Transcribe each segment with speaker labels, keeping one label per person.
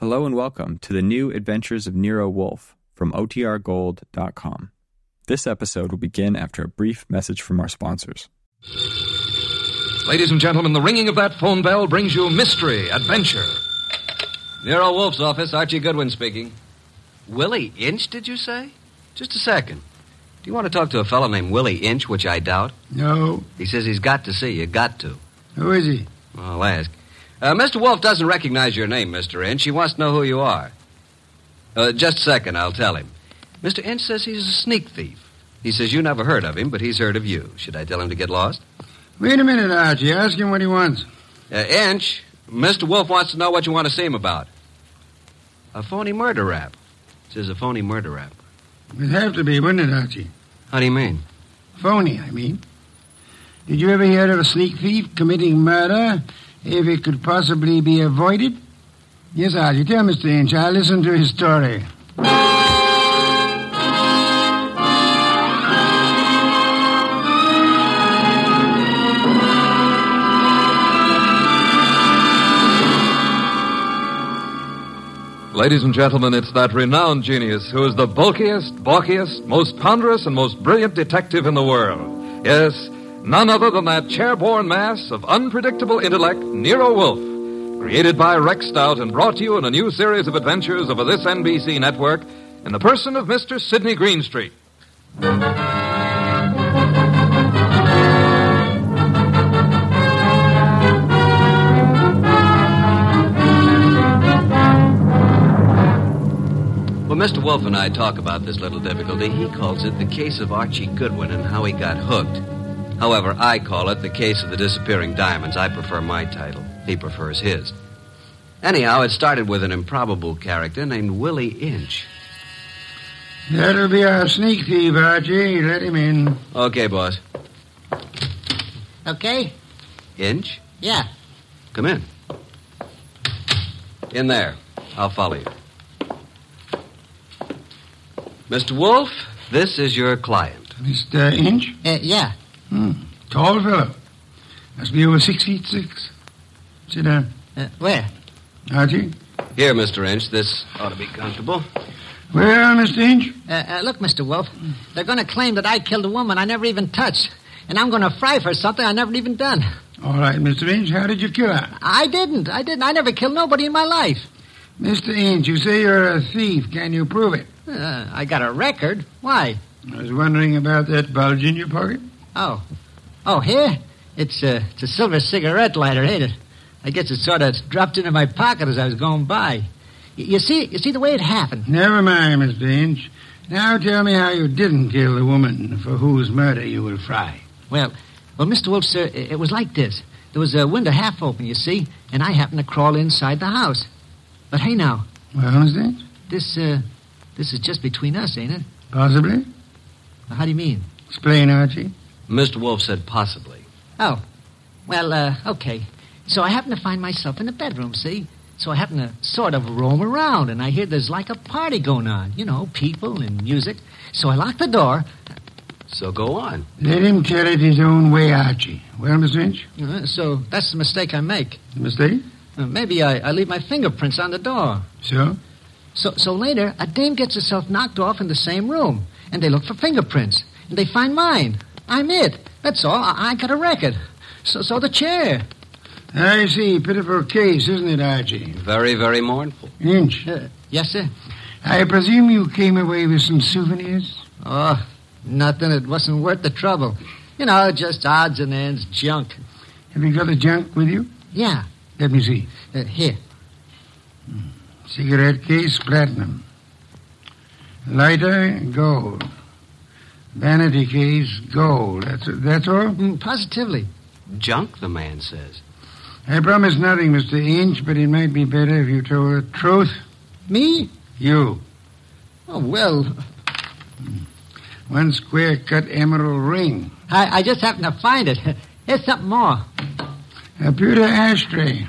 Speaker 1: Hello and welcome to the new adventures of Nero Wolf from OTRGold.com. This episode will begin after a brief message from our sponsors.
Speaker 2: Ladies and gentlemen, the ringing of that phone bell brings you mystery, adventure. Nero Wolf's office, Archie Goodwin speaking. Willie Inch, did you say? Just a second. Do you want to talk to a fellow named Willie Inch, which I doubt?
Speaker 3: No.
Speaker 2: He says he's got to see you, got to.
Speaker 3: Who is he?
Speaker 2: I'll ask. Uh, Mr. Wolf doesn't recognize your name, Mr. Inch. He wants to know who you are. Uh, just a second, I'll tell him. Mr. Inch says he's a sneak thief. He says you never heard of him, but he's heard of you. Should I tell him to get lost?
Speaker 3: Wait a minute, Archie. Ask him what he wants.
Speaker 2: Uh, Inch, Mr. Wolf wants to know what you want to see him about. A phony murder rap. Says a phony murder rap.
Speaker 3: It'd have to be, wouldn't it, Archie?
Speaker 2: How do you mean?
Speaker 3: Phony, I mean. Did you ever hear of a sneak thief committing murder if it could possibly be avoided? Yes, Archie. Tell Mr. Inch. I listened to his story.
Speaker 4: Ladies and gentlemen, it's that renowned genius who is the bulkiest, balkiest, most ponderous, and most brilliant detective in the world. Yes, none other than that chairborne mass of unpredictable intellect, Nero Wolfe, created by Rex Stout and brought to you in a new series of adventures over this NBC network in the person of Mr. Sidney Greenstreet.
Speaker 2: When Mr. Wolf and I talk about this little difficulty, he calls it the case of Archie Goodwin and how he got hooked. However, I call it the case of the disappearing diamonds. I prefer my title. He prefers his. Anyhow, it started with an improbable character named Willie Inch.
Speaker 3: That'll be our sneak thief, Archie. Let him in.
Speaker 2: Okay, boss.
Speaker 5: Okay?
Speaker 2: Inch,
Speaker 5: Yeah.
Speaker 2: come in. In there. I'll follow you. Mr. Wolf, this is your client.
Speaker 3: Mr. Inch?
Speaker 5: Uh, yeah.
Speaker 3: Hmm. Tall fellow. Must be over six feet six. Sit down.
Speaker 5: Uh, where?
Speaker 3: Archie?
Speaker 2: Here, Mr. Inch, this ought to be comfortable.
Speaker 3: Well, Mr. Inch?
Speaker 5: Uh, uh, look, Mr. Wolf, they're going to claim that I killed a woman I never even touched. And I'm going to fry for something I never even done.
Speaker 3: All right, Mr. Inch. How did you kill her?
Speaker 5: I didn't. I didn't. I never killed nobody in my life.
Speaker 3: Mr. Inch, you say you're a thief. Can you prove it?
Speaker 5: Uh, I got a record. Why?
Speaker 3: I was wondering about that bulge in your pocket.
Speaker 5: Oh. Oh, here? It's, uh, it's a silver cigarette lighter, ain't it? I guess it sort of dropped into my pocket as I was going by. Y- you see, you see the way it happened.
Speaker 3: Never mind, Mr. Inch. Now tell me how you didn't kill the woman for whose murder you will fry.
Speaker 5: Well, well, Mr. Wolf, sir, i- it was like this. There was a window half open, you see, and I happened to crawl inside the house. But hey, now,
Speaker 3: Well, Mr. Inch?
Speaker 5: this, uh, this is just between us, ain't it?
Speaker 3: Possibly.
Speaker 5: How do you mean?
Speaker 3: Explain, Archie.
Speaker 2: Mr. Wolf said possibly.
Speaker 5: Well, uh, okay. So I happen to find myself in the bedroom, see? So I happen to sort of roam around, and I hear there's like a party going on. You know, people and music. So I lock the door.
Speaker 2: So go on.
Speaker 3: Let him tell it his own way, Archie. Well, Mr. Inch?
Speaker 5: Uh, so that's the mistake I make.
Speaker 3: Mistake?
Speaker 5: Uh, maybe I, I leave my fingerprints on the door.
Speaker 3: So?
Speaker 5: So, so later, a dame gets herself knocked off in the same room, and they look for fingerprints, and they find mine. I'm it. That's all. I, I got a record. So, so the chair.
Speaker 3: I see. Pitiful case, isn't it, Archie?
Speaker 2: Very, very mournful.
Speaker 3: Inch,
Speaker 5: Yes, sir.
Speaker 3: I presume you came away with some souvenirs?
Speaker 5: Oh, nothing. It wasn't worth the trouble. You know, just odds and ends, junk.
Speaker 3: Have you got the junk with you?
Speaker 5: Yeah.
Speaker 3: Let me see.
Speaker 5: Uh, here.
Speaker 3: Cigarette case, platinum. Lighter, gold. Vanity case, gold. That's, that's all?
Speaker 5: Mm, positively.
Speaker 2: Junk, the man says.
Speaker 3: I promise nothing, Mr. Inch, but it might be better if you told the truth.
Speaker 5: Me?
Speaker 3: You.
Speaker 5: Oh, well,
Speaker 3: One square cut emerald ring.
Speaker 5: I, I just happened to find it. Here's something more.
Speaker 3: A pewter ashtray.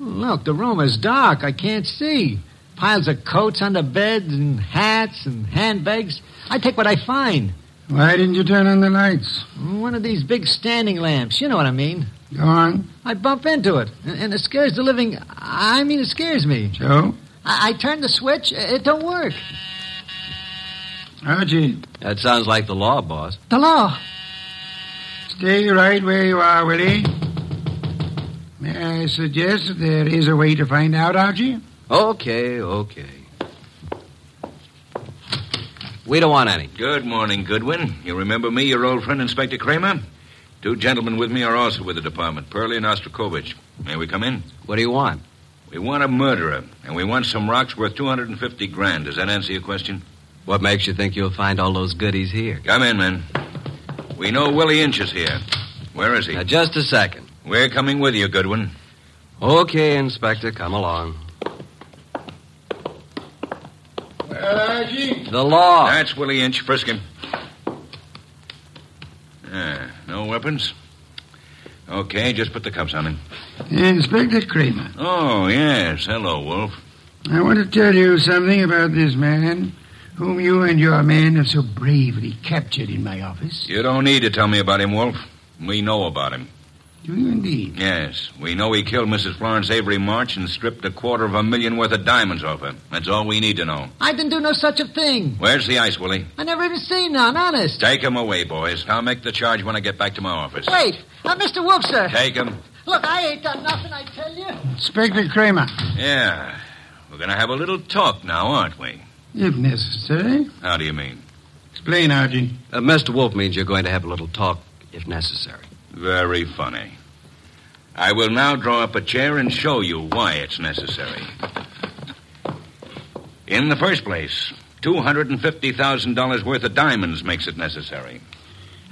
Speaker 5: Look, the room is dark. I can't see. Piles of coats under beds and hats and handbags. I take what I find.
Speaker 3: Why didn't you turn on the lights?
Speaker 5: One of these big standing lamps. You know what I mean.
Speaker 3: Go on.
Speaker 5: I bump into it, and, and it scares the living. I mean, it scares me.
Speaker 3: So?
Speaker 5: I, I turned the switch. It don't work.
Speaker 3: Archie,
Speaker 2: That sounds like the law, boss.
Speaker 5: The law.
Speaker 3: stay right where you are, Willie. May I suggest that there is a way to find out, Archie?
Speaker 2: Okay, okay. We don't want any.
Speaker 6: Good morning, Goodwin. You remember me, your old friend, Inspector Kramer? Two gentlemen with me are also with the department, Perley and Ostrakovich. May we come in?
Speaker 2: What do you want?
Speaker 6: We want a murderer, and we want some rocks worth 250 grand. Does that answer your question?
Speaker 2: What makes you think you'll find all those goodies here?
Speaker 6: Come in, men. We know Willie Inch is here. Where is he?
Speaker 2: Now, just a second.
Speaker 6: We're coming with you, Goodwin.
Speaker 2: Okay, Inspector, come along.
Speaker 3: Archie?
Speaker 2: The law.
Speaker 6: That's Willie Inch. Frisk him. Ah, no weapons? Okay, just put the cuffs on him.
Speaker 3: Inspector Kramer,
Speaker 6: Oh, yes. Hello, Wolf.
Speaker 3: I want to tell you something about this man whom you and your men have so bravely captured in my office.
Speaker 6: You don't need to tell me about him, Wolf. We know about him.
Speaker 3: Do you indeed?
Speaker 6: Yes, we know he killed Mrs. Florence Avery March and stripped a quarter of a million worth of diamonds off her. That's all we need to know.
Speaker 5: I didn't do no such a thing.
Speaker 6: Where's the ice, Willie?
Speaker 5: I never even seen none, honest.
Speaker 6: Take him away, boys. I'll make the charge when I get back to my office.
Speaker 5: Wait. Uh, Mr. Wolf, sir.
Speaker 6: Take him.
Speaker 5: Look, I ain't done nothing, I tell you.
Speaker 3: Inspector Kramer,
Speaker 6: Yeah. We're going to have a little talk now, aren't we?
Speaker 3: if necessary.
Speaker 6: How do you mean?
Speaker 3: Explain, Archie.
Speaker 2: Uh, Mr. Wolf means you're going to have a little talk if necessary.
Speaker 6: Very funny. I will now draw up a chair and show you why it's necessary. In the first place, $250,000 worth of diamonds makes it necessary.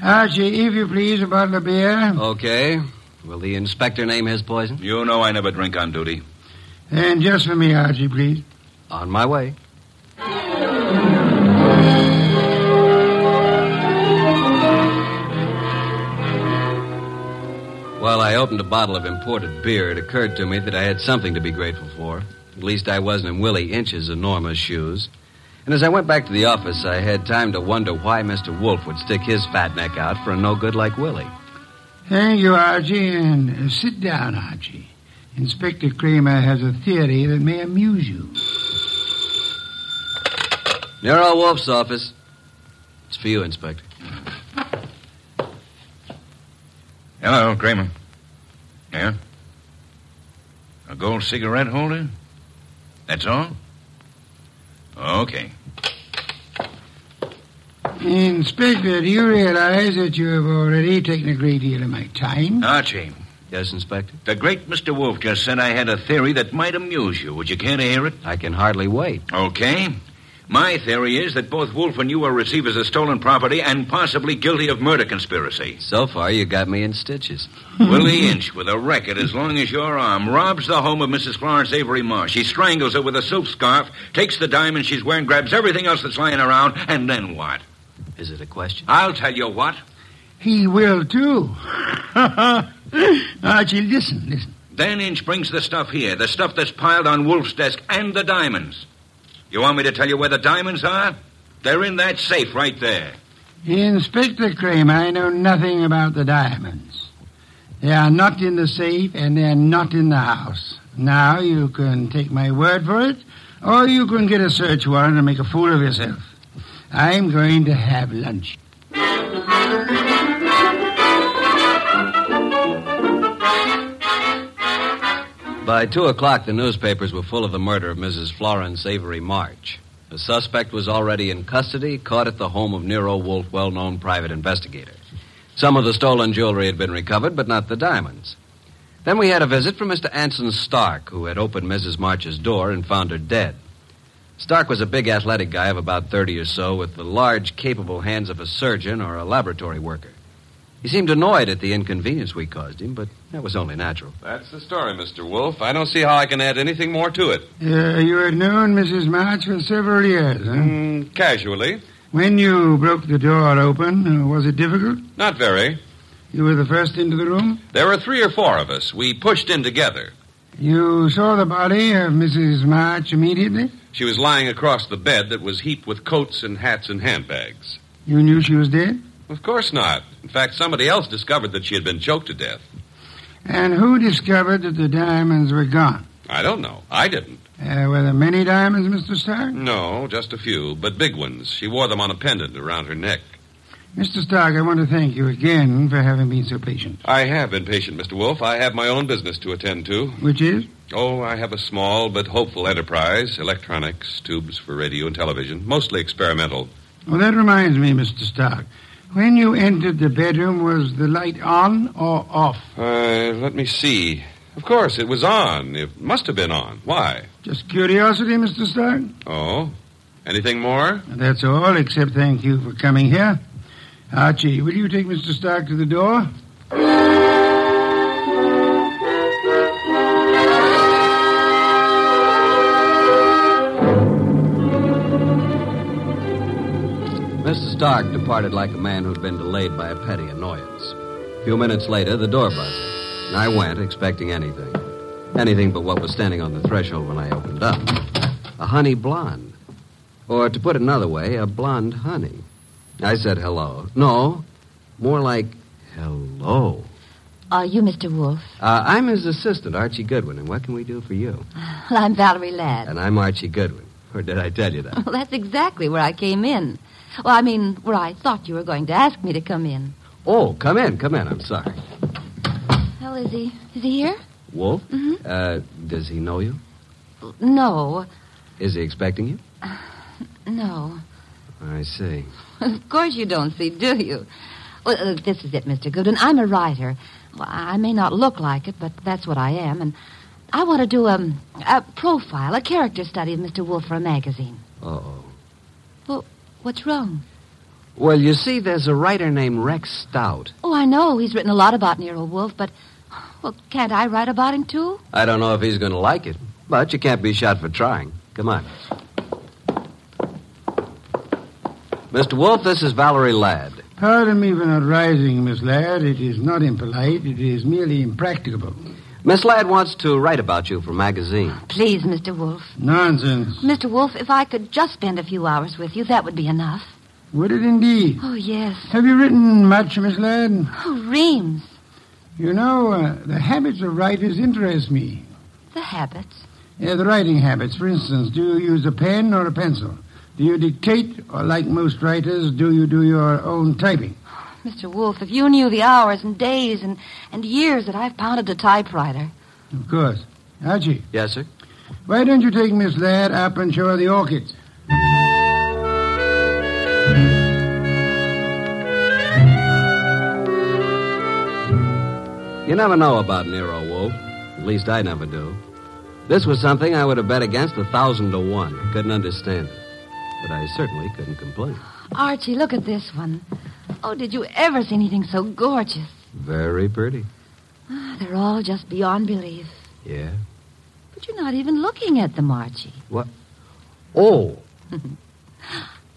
Speaker 3: Archie, if you please, a bottle of beer.
Speaker 2: Okay. Will the inspector name his poison?
Speaker 6: You know I never drink on duty.
Speaker 3: And just for me, Archie, please.
Speaker 2: On my way. While I opened a bottle of imported beer, it occurred to me that I had something to be grateful for. At least I wasn't in Willie Inch's enormous shoes. And as I went back to the office, I had time to wonder why Mr. Wolf would stick his fat neck out for a no good like Willie.
Speaker 3: Thank you, Archie, and uh, sit down, Archie. Inspector Kramer has a theory that may amuse you.
Speaker 2: Nero Wolf's office. It's for you, Inspector.
Speaker 6: Hello, Kramer. Yeah? A gold cigarette holder? That's all? Okay.
Speaker 3: Inspector, do you realize that you have already taken a great deal of my time?
Speaker 6: Archie,
Speaker 2: Yes, Inspector?
Speaker 6: Ah, the great Mr. Wolf just said I had a theory that might amuse you. Would you care to hear it?
Speaker 2: I can hardly wait.
Speaker 6: Okay. My theory is that both Wolf and you are receivers of stolen property and possibly guilty of murder conspiracy.
Speaker 2: So far, you got me in stitches.
Speaker 6: Willie Inch, with a record as long as your arm, robs the home of Mrs. Florence Avery Marsh. He strangles her with a silk scarf, takes the diamond she's wearing, grabs everything else that's lying around, and then what?
Speaker 2: Is it a question?
Speaker 6: I'll tell you what.
Speaker 3: He will, too. Archie, listen, listen.
Speaker 6: Then Inch brings the stuff here, the stuff that's piled on Wolf's desk, and the diamonds. You want me to tell you where the diamonds are? They're in that safe right there.
Speaker 3: Inspector Kramer, I know nothing about the diamonds. They are not in the safe and they are not in the house. Now you can take my word for it, or you can get a search warrant and make a fool of yourself. I'm going to have lunch.
Speaker 2: By two o'clock, the newspapers were full of the murder of Mrs. Florence Avery March. The suspect was already in custody, caught at the home of Nero Wolf, well known private investigator. Some of the stolen jewelry had been recovered, but not the diamonds. Then we had a visit from Mr. Anson Stark, who had opened Mrs. March's door and found her dead. Stark was a big, athletic guy of about 30 or so, with the large, capable hands of a surgeon or a laboratory worker. He seemed annoyed at the inconvenience we caused him, but that was only natural.
Speaker 4: That's the story, Mr. Wolf. I don't see how I can add anything more to it.
Speaker 3: Uh, you had known Mrs. March for several years, huh?
Speaker 4: Mm, casually.
Speaker 3: When you broke the door open, uh, was it difficult?
Speaker 4: Not very.
Speaker 3: You were the first into the room?
Speaker 4: There were three or four of us. We pushed in together.
Speaker 3: You saw the body of Mrs. March immediately?
Speaker 4: She was lying across the bed that was heaped with coats and hats and handbags.
Speaker 3: You knew she was dead?
Speaker 4: Of course not. In fact, somebody else discovered that she had been choked to death.
Speaker 3: And who discovered that the diamonds were gone?
Speaker 4: I don't know. I didn't.
Speaker 3: Uh, were there many diamonds, Mr. Stark?
Speaker 7: No, just a few, but big ones. She wore them on a pendant around her neck.
Speaker 3: Mr. Stark, I want to thank you again for having been so patient.
Speaker 7: I have been patient, Mr. Wolf. I have my own business to attend to.
Speaker 3: Which is?
Speaker 7: Oh, I have a small but hopeful enterprise electronics, tubes for radio and television, mostly experimental.
Speaker 3: Well, that reminds me, Mr. Stark. When you entered the bedroom, was the light on or off?
Speaker 7: Uh, let me see. Of course, it was on. It must have been on. Why?
Speaker 3: Just curiosity, Mr. Stark?
Speaker 7: Oh? Anything more?
Speaker 3: That's all, except thank you for coming here. Archie, will you take Mr. Stark to the door?
Speaker 2: Mr. Stark departed like a man who'd been delayed by a petty annoyance. A few minutes later, the door buzzed, and I went, expecting anything. Anything but what was standing on the threshold when I opened up a honey blonde. Or, to put it another way, a blonde honey. I said hello. No, more like hello.
Speaker 8: Are you Mr. Wolf?
Speaker 2: Uh, I'm his assistant, Archie Goodwin, and what can we do for you?
Speaker 8: Well, I'm Valerie Ladd.
Speaker 2: And I'm Archie Goodwin. Or did I tell you that?
Speaker 8: Well, that's exactly where I came in. Well, I mean, where I thought you were going to ask me to come in.
Speaker 2: Oh, come in, come in. I'm sorry.
Speaker 8: Well, is he? Is he here?
Speaker 2: Wolf? Uh, does he know you?
Speaker 8: No,
Speaker 2: Is he expecting you?
Speaker 8: no.
Speaker 2: I see.
Speaker 8: Of course you don't see, do you? Well, uh, this is it, Mr. Goodwin. I'm a writer. Well, I may not look like it, but that's what I am, and I want to do um, a profile, a character study of Mr. Wolf for a magazine.
Speaker 2: Uh-oh.
Speaker 8: What's wrong?
Speaker 2: Well, you see, there's a writer named Rex Stout.
Speaker 8: Oh, I know he's written a lot about Nero Wolf, but well, can't I write about him too?
Speaker 2: I don't know if he's going to like it, but you can't be shot for trying. Come on. Mr. Wolf, this is Valerie Ladd.
Speaker 3: Pardon me for not rising, Miss Laird. It is not impolite. It is merely impracticable.
Speaker 2: Miss Ladd wants to write about you for a magazine.
Speaker 8: Please, Mr. Wolf.
Speaker 3: Nonsense.
Speaker 8: Mr. Wolf, if I could just spend a few hours with you, that would be enough.
Speaker 3: Would it indeed?
Speaker 8: Oh, yes.
Speaker 3: Have you written much, Miss Laird?
Speaker 8: Oh, Reams.
Speaker 3: You know, uh, the habits of writers interest me.
Speaker 8: The habits.
Speaker 3: Yeah, the writing habits, for instance. Do you use a pen or a pencil? Do you dictate, or like most writers, do you do your own typing?
Speaker 8: Mr. Wolf, if you knew the hours and days and, and years that I've pounded a typewriter.
Speaker 3: Of course. Archie,
Speaker 2: Yes, sir?
Speaker 3: why don't you take Miss Laird up and show her the orchids?
Speaker 2: You never know about Nero Wolf. At least I never do. This was something I would have bet against a thousand to one. I couldn't understand it. But I certainly couldn't complain.
Speaker 8: Archie, look at this one. Oh, did you ever see anything so gorgeous?
Speaker 2: Very pretty.
Speaker 8: Ah, They're all just beyond belief.
Speaker 2: Yeah.
Speaker 8: But you're not even looking at them, Archie.
Speaker 2: Oh,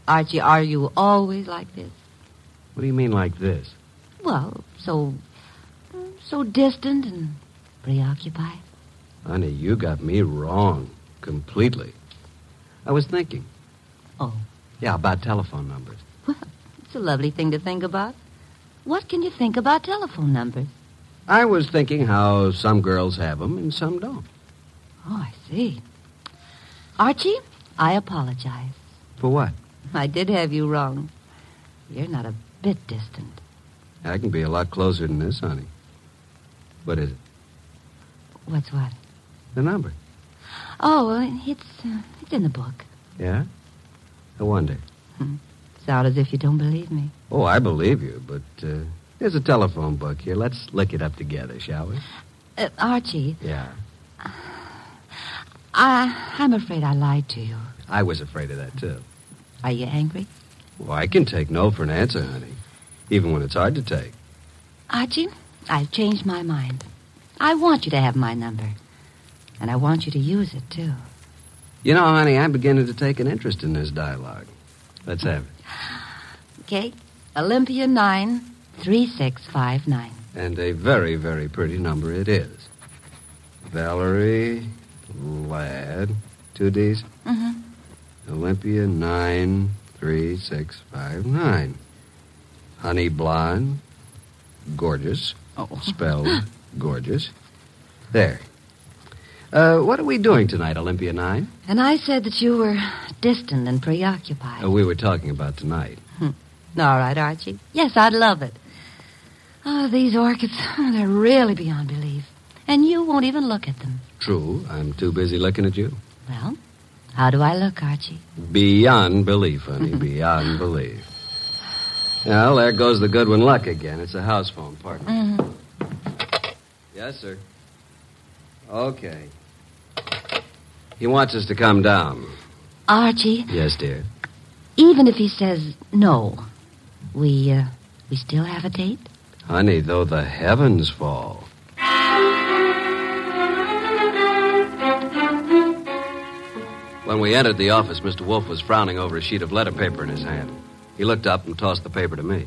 Speaker 8: Archie, are you always like this?
Speaker 2: what do you mean like this?
Speaker 8: Well, so. so distant and preoccupied.
Speaker 2: Honey, you got me wrong. Completely. I was thinking.
Speaker 8: Oh.
Speaker 2: Yeah, about telephone numbers.
Speaker 8: It's a lovely thing to think about. What can you think about telephone numbers?
Speaker 2: I was thinking how some girls have them and some don't.
Speaker 8: Oh, I see. Archie, I apologize.
Speaker 2: For what?
Speaker 8: I did have you wrong. You're not a bit distant.
Speaker 2: I can be a lot closer than this, honey. What is it?
Speaker 8: What's what?
Speaker 2: The number.
Speaker 8: Oh, well, it's uh, it's in the book.
Speaker 2: Yeah? I wonder.
Speaker 8: Sound as if you don't believe me.
Speaker 2: Oh, I believe you, but uh, there's a telephone book here. Let's look it up together, shall we?
Speaker 8: Uh, Archie,
Speaker 2: Yeah.
Speaker 8: I I'm afraid I lied to you.
Speaker 2: I was afraid of that, too.
Speaker 8: Are you angry,
Speaker 2: Well, I can take no for an answer, honey, even when it's hard to take.
Speaker 8: Archie? I've changed my mind. I want you to have my number, and I want you to use it too.
Speaker 2: You know, honey, I'm beginning to take an interest in this dialogue. Let's have it.
Speaker 8: Okay, Olympia nine three six five nine.
Speaker 2: And a very, very pretty number it is. Valerie Ladd, two D's,
Speaker 8: Mm-hmm.
Speaker 2: Olympia 93659. Honey blonde, gorgeous,
Speaker 8: Oh.
Speaker 2: spelled gorgeous. There. Uh, what are we doing tonight, Olympia 9?
Speaker 8: And I said that you were distant and preoccupied.
Speaker 2: Uh, we were talking about tonight.
Speaker 8: All right, Archie. Yes, I'd love it. Oh, these orchids, oh, they're really beyond belief. And you won't even look at them.
Speaker 2: True, I'm too busy looking at you.
Speaker 8: Well, how do I look, Archie?
Speaker 2: Beyond belief, honey, beyond belief. Well, there goes the Goodwin luck again. It's a house phone, partner. Mm-hmm. Yes, sir. Okay. He wants us to come down.
Speaker 8: Archie,
Speaker 2: Yes, dear.
Speaker 8: even if he says no, we, uh, we still have a date?
Speaker 2: Honey, though the heavens fall. When we entered the office, Mr. Wolf was frowning over a sheet of letter paper in his hand. He looked up and tossed the paper to me.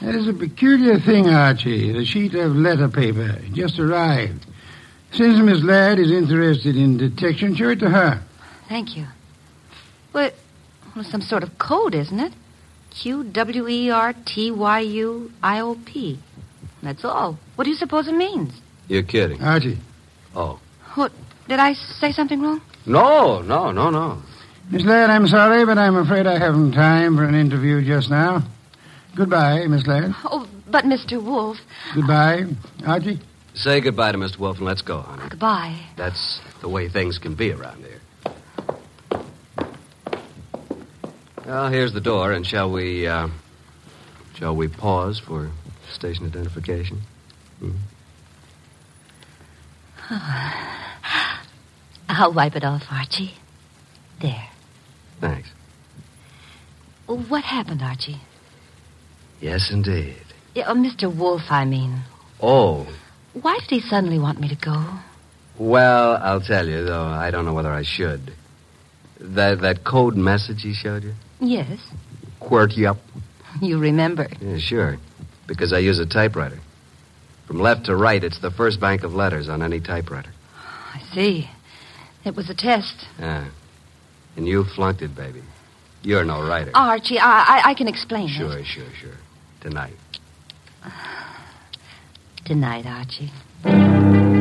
Speaker 3: That is a peculiar thing, Archie. The sheet of letter paper just arrived. Since Miss Ladd is interested in detection, show it to her.
Speaker 8: Thank you. Well, it- well, some sort of code, isn't it? Q W E R T Y U I O P. That's all. What do you suppose it means?
Speaker 2: You're kidding.
Speaker 3: Archie,
Speaker 2: Oh.
Speaker 8: What? Did I say something wrong?
Speaker 2: No, no, no, no.
Speaker 3: Miss Ladd, I'm sorry, but I'm afraid I haven't time for an interview just now. Goodbye, Miss Ladd.
Speaker 8: Oh, but Mr. Wolf.
Speaker 3: Goodbye, Archie.
Speaker 2: Say goodbye to Mr. Wolf and let's go, honey.
Speaker 8: Goodbye.
Speaker 2: That's the way things can be around here. Well, here's the door, and shall we, uh, shall we pause for station identification?
Speaker 8: I'll wipe it off, Archie. There.
Speaker 2: Thanks.
Speaker 8: Oh, What happened, Archie?
Speaker 2: Yes, indeed.
Speaker 8: Yeah, oh, Mr. Wolf, I mean.
Speaker 2: Oh,
Speaker 8: Why did he suddenly want me to go?
Speaker 2: well, I'll tell you, though I don't know whether I should. That, that code message he showed you?
Speaker 8: Yes,
Speaker 2: Quirt you up?
Speaker 8: you remember.
Speaker 2: Yeah, sure. Because I use a typewriter. From left to right, it's the first bank of letters on any typewriter.
Speaker 8: I see. It was a test.
Speaker 2: Ah. And you flunked it, baby. You're no writer.
Speaker 8: Archie, I, I, I can explain it.
Speaker 2: Sure, sure, sure. Tonight.
Speaker 8: Tonight, Archie.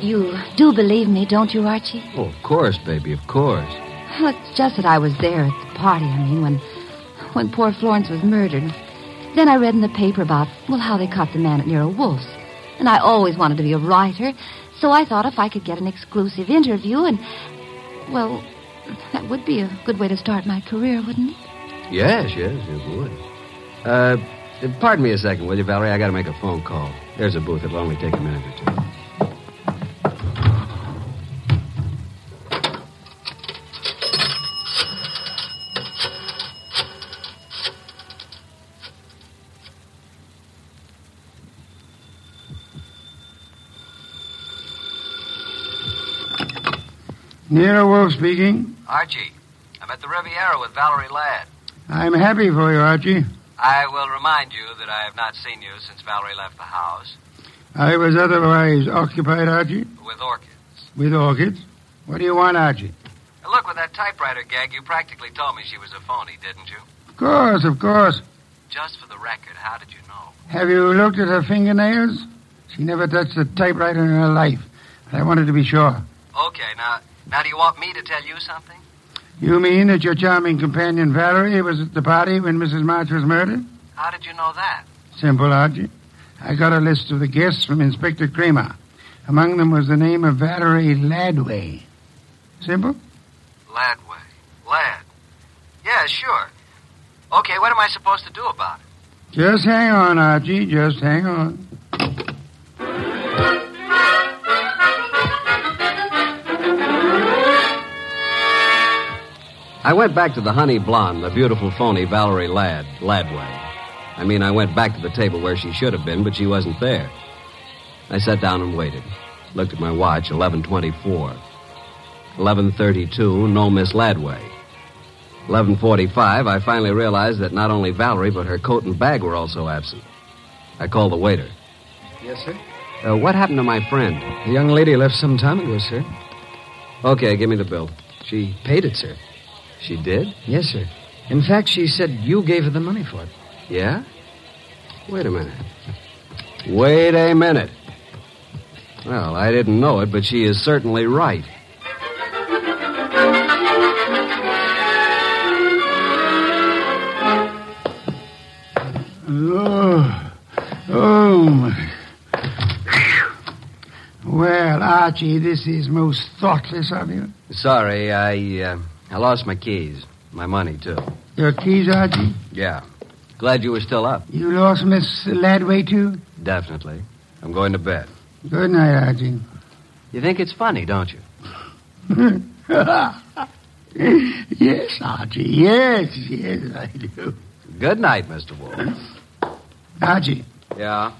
Speaker 8: You do believe me, don't you, Archie?
Speaker 2: Oh, of course, baby, of course.
Speaker 8: Well, it's just that I was there at the party, I mean, when, when poor Florence was murdered. Then I read in the paper about, well, how they caught the man at Nero Wolf's. And I always wanted to be a writer, so I thought if I could get an exclusive interview and, well, that would be a good way to start my career, wouldn't it?
Speaker 2: Yes, yes, it would. Uh, pardon me a second, will you, Valerie? I gotta make a phone call. There's a booth. It'll only take a minute or two.
Speaker 3: Nero Wolf speaking.
Speaker 2: Archie, I'm at the Riviera with Valerie Ladd.
Speaker 3: I'm happy for you, Archie.
Speaker 2: I will remind you that I have not seen you since Valerie left the house
Speaker 3: I was otherwise occupied, Archie,
Speaker 2: with Orchid.
Speaker 3: with orchids. What do you want, Archie?
Speaker 2: Look, with that typewriter gag, you practically told me she was a phony, didn't you?
Speaker 3: Of course, of course.
Speaker 2: Just for the record, how did you know?
Speaker 3: Have you looked at her fingernails? She never touched a typewriter in her life. I wanted to be sure.
Speaker 2: Okay, now, now do you want me to tell you something?
Speaker 3: You mean that your charming companion Valerie was at the party when Mrs. March was murdered?
Speaker 2: How did you know that?
Speaker 3: Simple, Archie. I got a list of the guests from Inspector Kramer. Among them was the name of Valerie Ladway. Simple?
Speaker 2: Ladway. Lad. Yeah, sure. Okay, what am I supposed to do about it?
Speaker 3: Just hang on, Archie. Just hang on.
Speaker 2: I went back to the honey blonde, the beautiful phony Valerie Ladd, Ladway. I mean, I went back to the table where she should have been, but she wasn't there. I sat down and waited. Looked at my watch, 11:24. 11:32, no Miss Ladway. 11:45, I finally realized that not only Valerie but her coat and bag were also absent. I called the waiter.
Speaker 5: Yes, sir.
Speaker 2: Uh, what happened to my friend?
Speaker 5: The young lady left some time ago, sir.
Speaker 2: Okay, give me the bill. She
Speaker 5: Paid it, sir.
Speaker 2: she did?
Speaker 5: Yes, sir.
Speaker 9: In fact, she said you gave her the money for it.
Speaker 2: Yeah? Wait a minute. Wait a minute. Well, I didn't know it, but she is certainly right.
Speaker 3: Oh, oh, my. Well, Archie, this is most thoughtless of you.
Speaker 2: Sorry, I uh, I lost my keys, my money too.
Speaker 3: Your keys, Archie?
Speaker 2: Yeah. Glad you were still up.
Speaker 3: You lost Miss Ladway, too?
Speaker 2: Definitely. I'm going to bed.
Speaker 3: Good night, Archie.
Speaker 2: You think it's funny, don't you?
Speaker 3: yes, Archie, yes, yes, I do.
Speaker 2: Good night, Mr. Wolf.
Speaker 3: Archie,
Speaker 2: Yeah.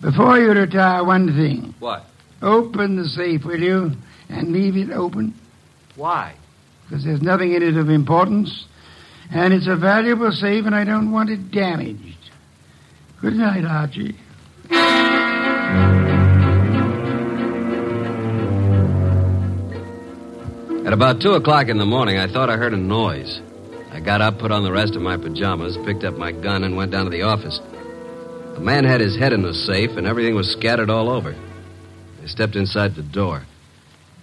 Speaker 3: before you retire, one thing.
Speaker 2: What?
Speaker 3: Open the safe, will you? And leave it open,
Speaker 2: Why?
Speaker 3: because there's nothing in it of importance. And it's a valuable safe, and I don't want it damaged. Good night, Archie.
Speaker 2: At about two o'clock in the morning, I thought I heard a noise. I got up, put on the rest of my pajamas, picked up my gun, and went down to the office. The man had his head in the safe, and everything was scattered all over. I stepped inside the door.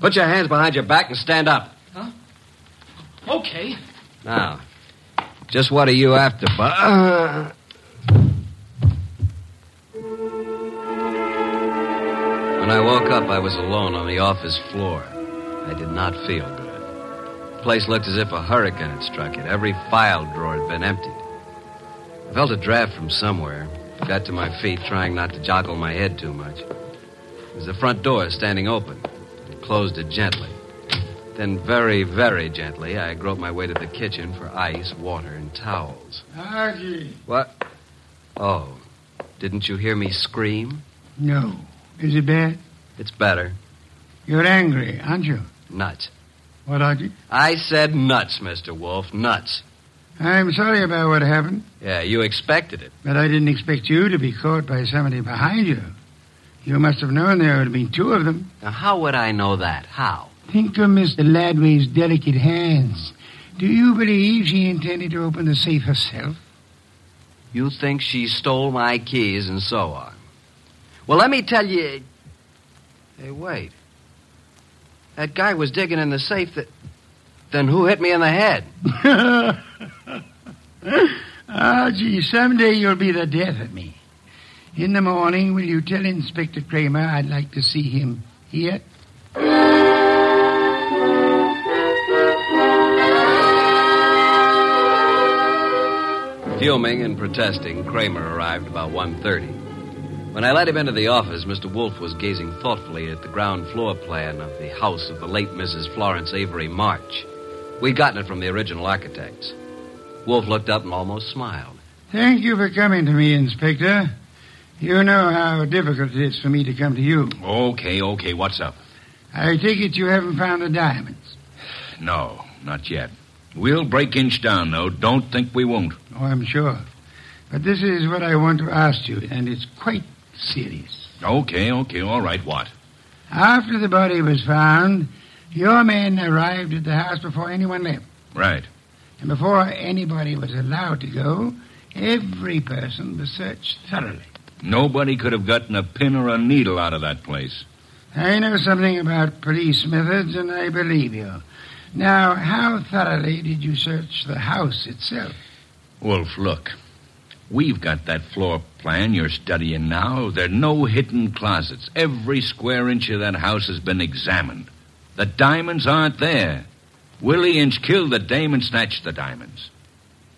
Speaker 2: Put your hands behind your back and stand up.
Speaker 5: Okay.
Speaker 2: Now, just what are you after, Bob? When I woke up, I was alone on the office floor. I did not feel good. The place looked as if a hurricane had struck it. Every file drawer had been emptied. I felt a draft from somewhere. Got to my feet, trying not to joggle my head too much. It was the front door standing open. I closed it gently. Then, very, very gently, I groped my way to the kitchen for ice, water, and towels.
Speaker 3: Archie.
Speaker 2: What? Oh, didn't you hear me scream?
Speaker 3: No. Is it bad?
Speaker 2: It's better.
Speaker 3: You're angry, aren't you?
Speaker 2: Nuts.
Speaker 3: What, Archie?
Speaker 2: I said nuts, Mr. Wolf. Nuts.
Speaker 3: I'm sorry about what happened,
Speaker 2: Yeah, you expected it.
Speaker 3: but I didn't expect you to be caught by somebody behind you. You must have known there would be two of them.
Speaker 2: Now, how would I know that? How?
Speaker 3: Think of Mr. Ladway's delicate hands. Do you believe she intended to open the safe herself?
Speaker 2: You think she stole my keys and so on. Well, let me tell you. Hey, wait. That guy was digging in the safe that. Then who hit me in the head?
Speaker 3: Ah, gee, someday you'll be the death of me. In the morning, will you tell Inspector Kramer I'd like to see him here?
Speaker 2: Fuming and protesting, Kramer arrived about 1.30. When I let him into the office, Mr. Wolf was gazing thoughtfully at the ground floor plan of the house of the late Mrs. Florence Avery March. We'd gotten it from the original architects. Wolf looked up and almost smiled.
Speaker 3: Thank you for coming to me, Inspector. You know how difficult it is for me to come to you.
Speaker 6: Okay, okay, what's up?
Speaker 3: I take it you haven't found the diamonds.
Speaker 6: No, not yet. We'll break inch down, though. Don't think we won't.
Speaker 3: Oh, I'm sure. But this is what I want to ask you, and it's quite serious.
Speaker 6: Okay, okay, all right, what?
Speaker 3: After the body was found, your men arrived at the house before anyone left.
Speaker 6: Right.
Speaker 3: And before anybody was allowed to go, every person was searched thoroughly.
Speaker 6: Nobody could have gotten a pin or a needle out of that place.
Speaker 3: I know something about police methods, and I believe you. Now, how thoroughly did you search the house itself?
Speaker 6: Wolf, look. We've got that floor plan you're studying now. There are no hidden closets. Every square inch of that house has been examined. The diamonds aren't there. Willie Inch killed the dame and snatched the diamonds.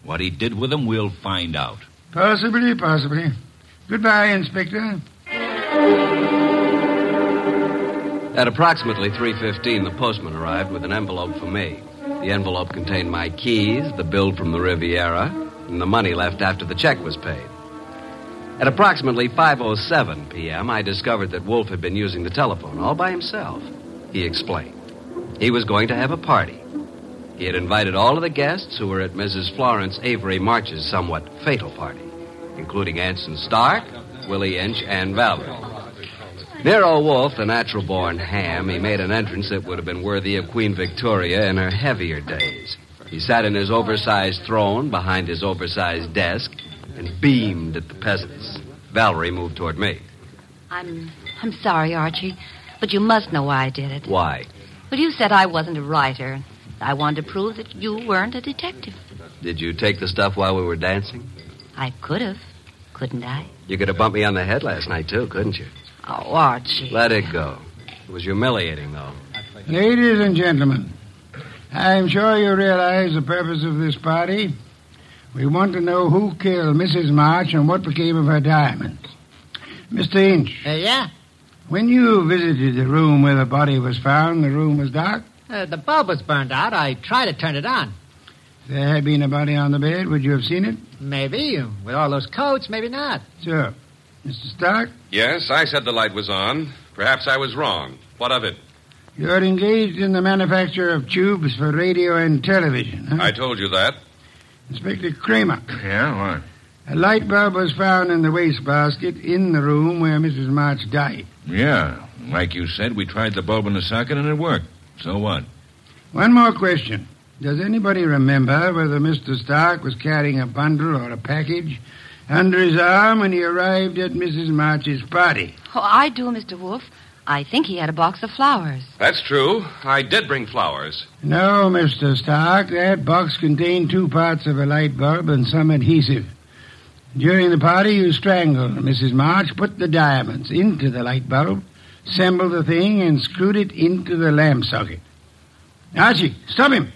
Speaker 6: What he did with them, we'll find out.
Speaker 3: Possibly, possibly. Goodbye, Inspector.
Speaker 2: At approximately 3.15, the postman arrived with an envelope for me. The envelope contained my keys, the bill from the Riviera, and the money left after the check was paid. At approximately 5.07 p.m., I discovered that Wolf had been using the telephone all by himself. He explained. He was going to have a party. He had invited all of the guests who were at Mrs. Florence Avery March's somewhat fatal party, including Anson Stark, Willie Inch, and Valerie. Nero Wolf, the natural born ham, he made an entrance that would have been worthy of Queen Victoria in her heavier days. He sat in his oversized throne behind his oversized desk and beamed at the peasants. Valerie moved toward me.
Speaker 8: I'm I'm sorry, Archie, but you must know why I did it.
Speaker 2: Why?
Speaker 8: Well, you said I wasn't a writer. I wanted to prove that you weren't a detective.
Speaker 2: Did you take the stuff while we were dancing?
Speaker 8: I could have, couldn't I?
Speaker 2: You could have bumped me on the head last night, too, couldn't you?
Speaker 8: Oh, Archie.
Speaker 2: Let it go. It was humiliating, though.
Speaker 3: Ladies and gentlemen, I'm sure you realize the purpose of this party. We want to know who killed Mrs. March and what became of her diamonds. Mr. Inch,
Speaker 5: Uh, yeah?
Speaker 3: when you visited the room where the body was found, the room was dark.
Speaker 5: Uh, the bulb was burned out. I tried to turn it on.
Speaker 3: If there had been a body on the bed, would you have seen it?
Speaker 5: Maybe. With all those coats, maybe not.
Speaker 3: Sure. Mr. Stark,
Speaker 7: Yes, I said the light was on. Perhaps I was wrong. What of it?
Speaker 3: you're engaged in the manufacture of tubes for radio and television, huh?
Speaker 7: I told you that.
Speaker 3: Inspector Kramer,
Speaker 6: Yeah, what?
Speaker 3: a light bulb was found in the wastebasket in the room where Mrs. March died.
Speaker 6: Yeah. Like you said, we tried the bulb in the socket and it worked. So what?
Speaker 3: One more question. Does anybody remember whether Mr. Stark was carrying a bundle or a package under his arm when he arrived at Mrs. March's party?
Speaker 8: Oh, I do, Mr. Wolf. I think he had a box of flowers.
Speaker 7: That's true. I did bring flowers.
Speaker 3: No, Mr. Stark. That box contained two parts of a light bulb and some adhesive. During the party, you strangled Mrs. March, put the diamonds into the light bulb, assembled the thing, and screwed it into the lamp socket. Archie, stop him!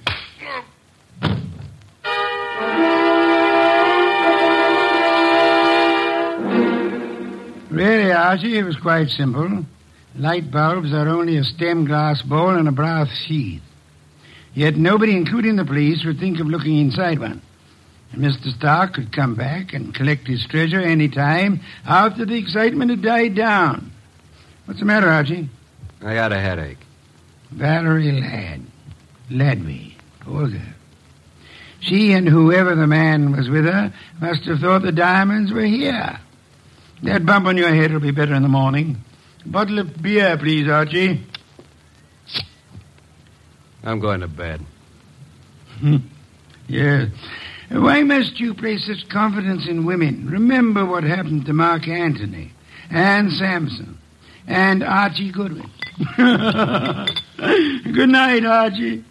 Speaker 3: Really, Archie, it was quite simple. Light bulbs are only a stem glass bowl and a brass sheath. Yet nobody, including the police, would think of looking inside one. And Mr. Stark could come back and collect his treasure any time after the excitement had died down. What's the matter, Archie?
Speaker 2: I got a headache.
Speaker 3: Valerie Ladd. Ladby. Poor girl. She and whoever the man was with her must have thought the diamonds were here. That bump on your head will be better in the morning. A bottle of beer, please, Archie.
Speaker 2: I'm going to bed.
Speaker 3: Yes. Why must you place such confidence in women? Remember what happened to Mark Antony and Samson and Archie Goodwin. Good night, Archie.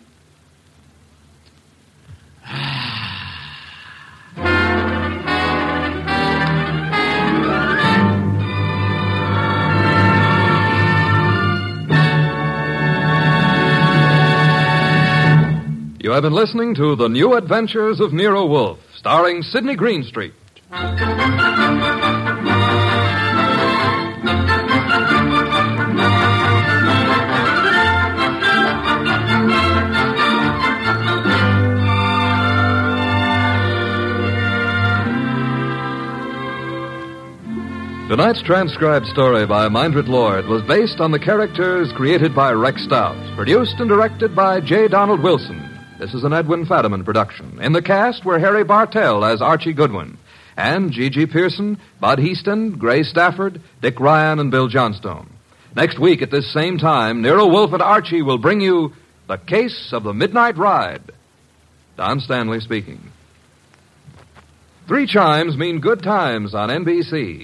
Speaker 4: You have been listening to The New Adventures of Nero Wolf, starring Sidney Greenstreet. Tonight's transcribed story by Mindred Lord was based on the characters created by Rex Stout, produced and directed by J. Donald Wilson. This is an Edwin Fadiman production. In the cast were Harry Bartell as Archie Goodwin, and G.G. Pearson, Bud Heaston, Gray Stafford, Dick Ryan, and Bill Johnstone. Next week at this same time, Nero Wolf and Archie will bring you The Case of the Midnight Ride. Don Stanley speaking. Three chimes mean good times on NBC.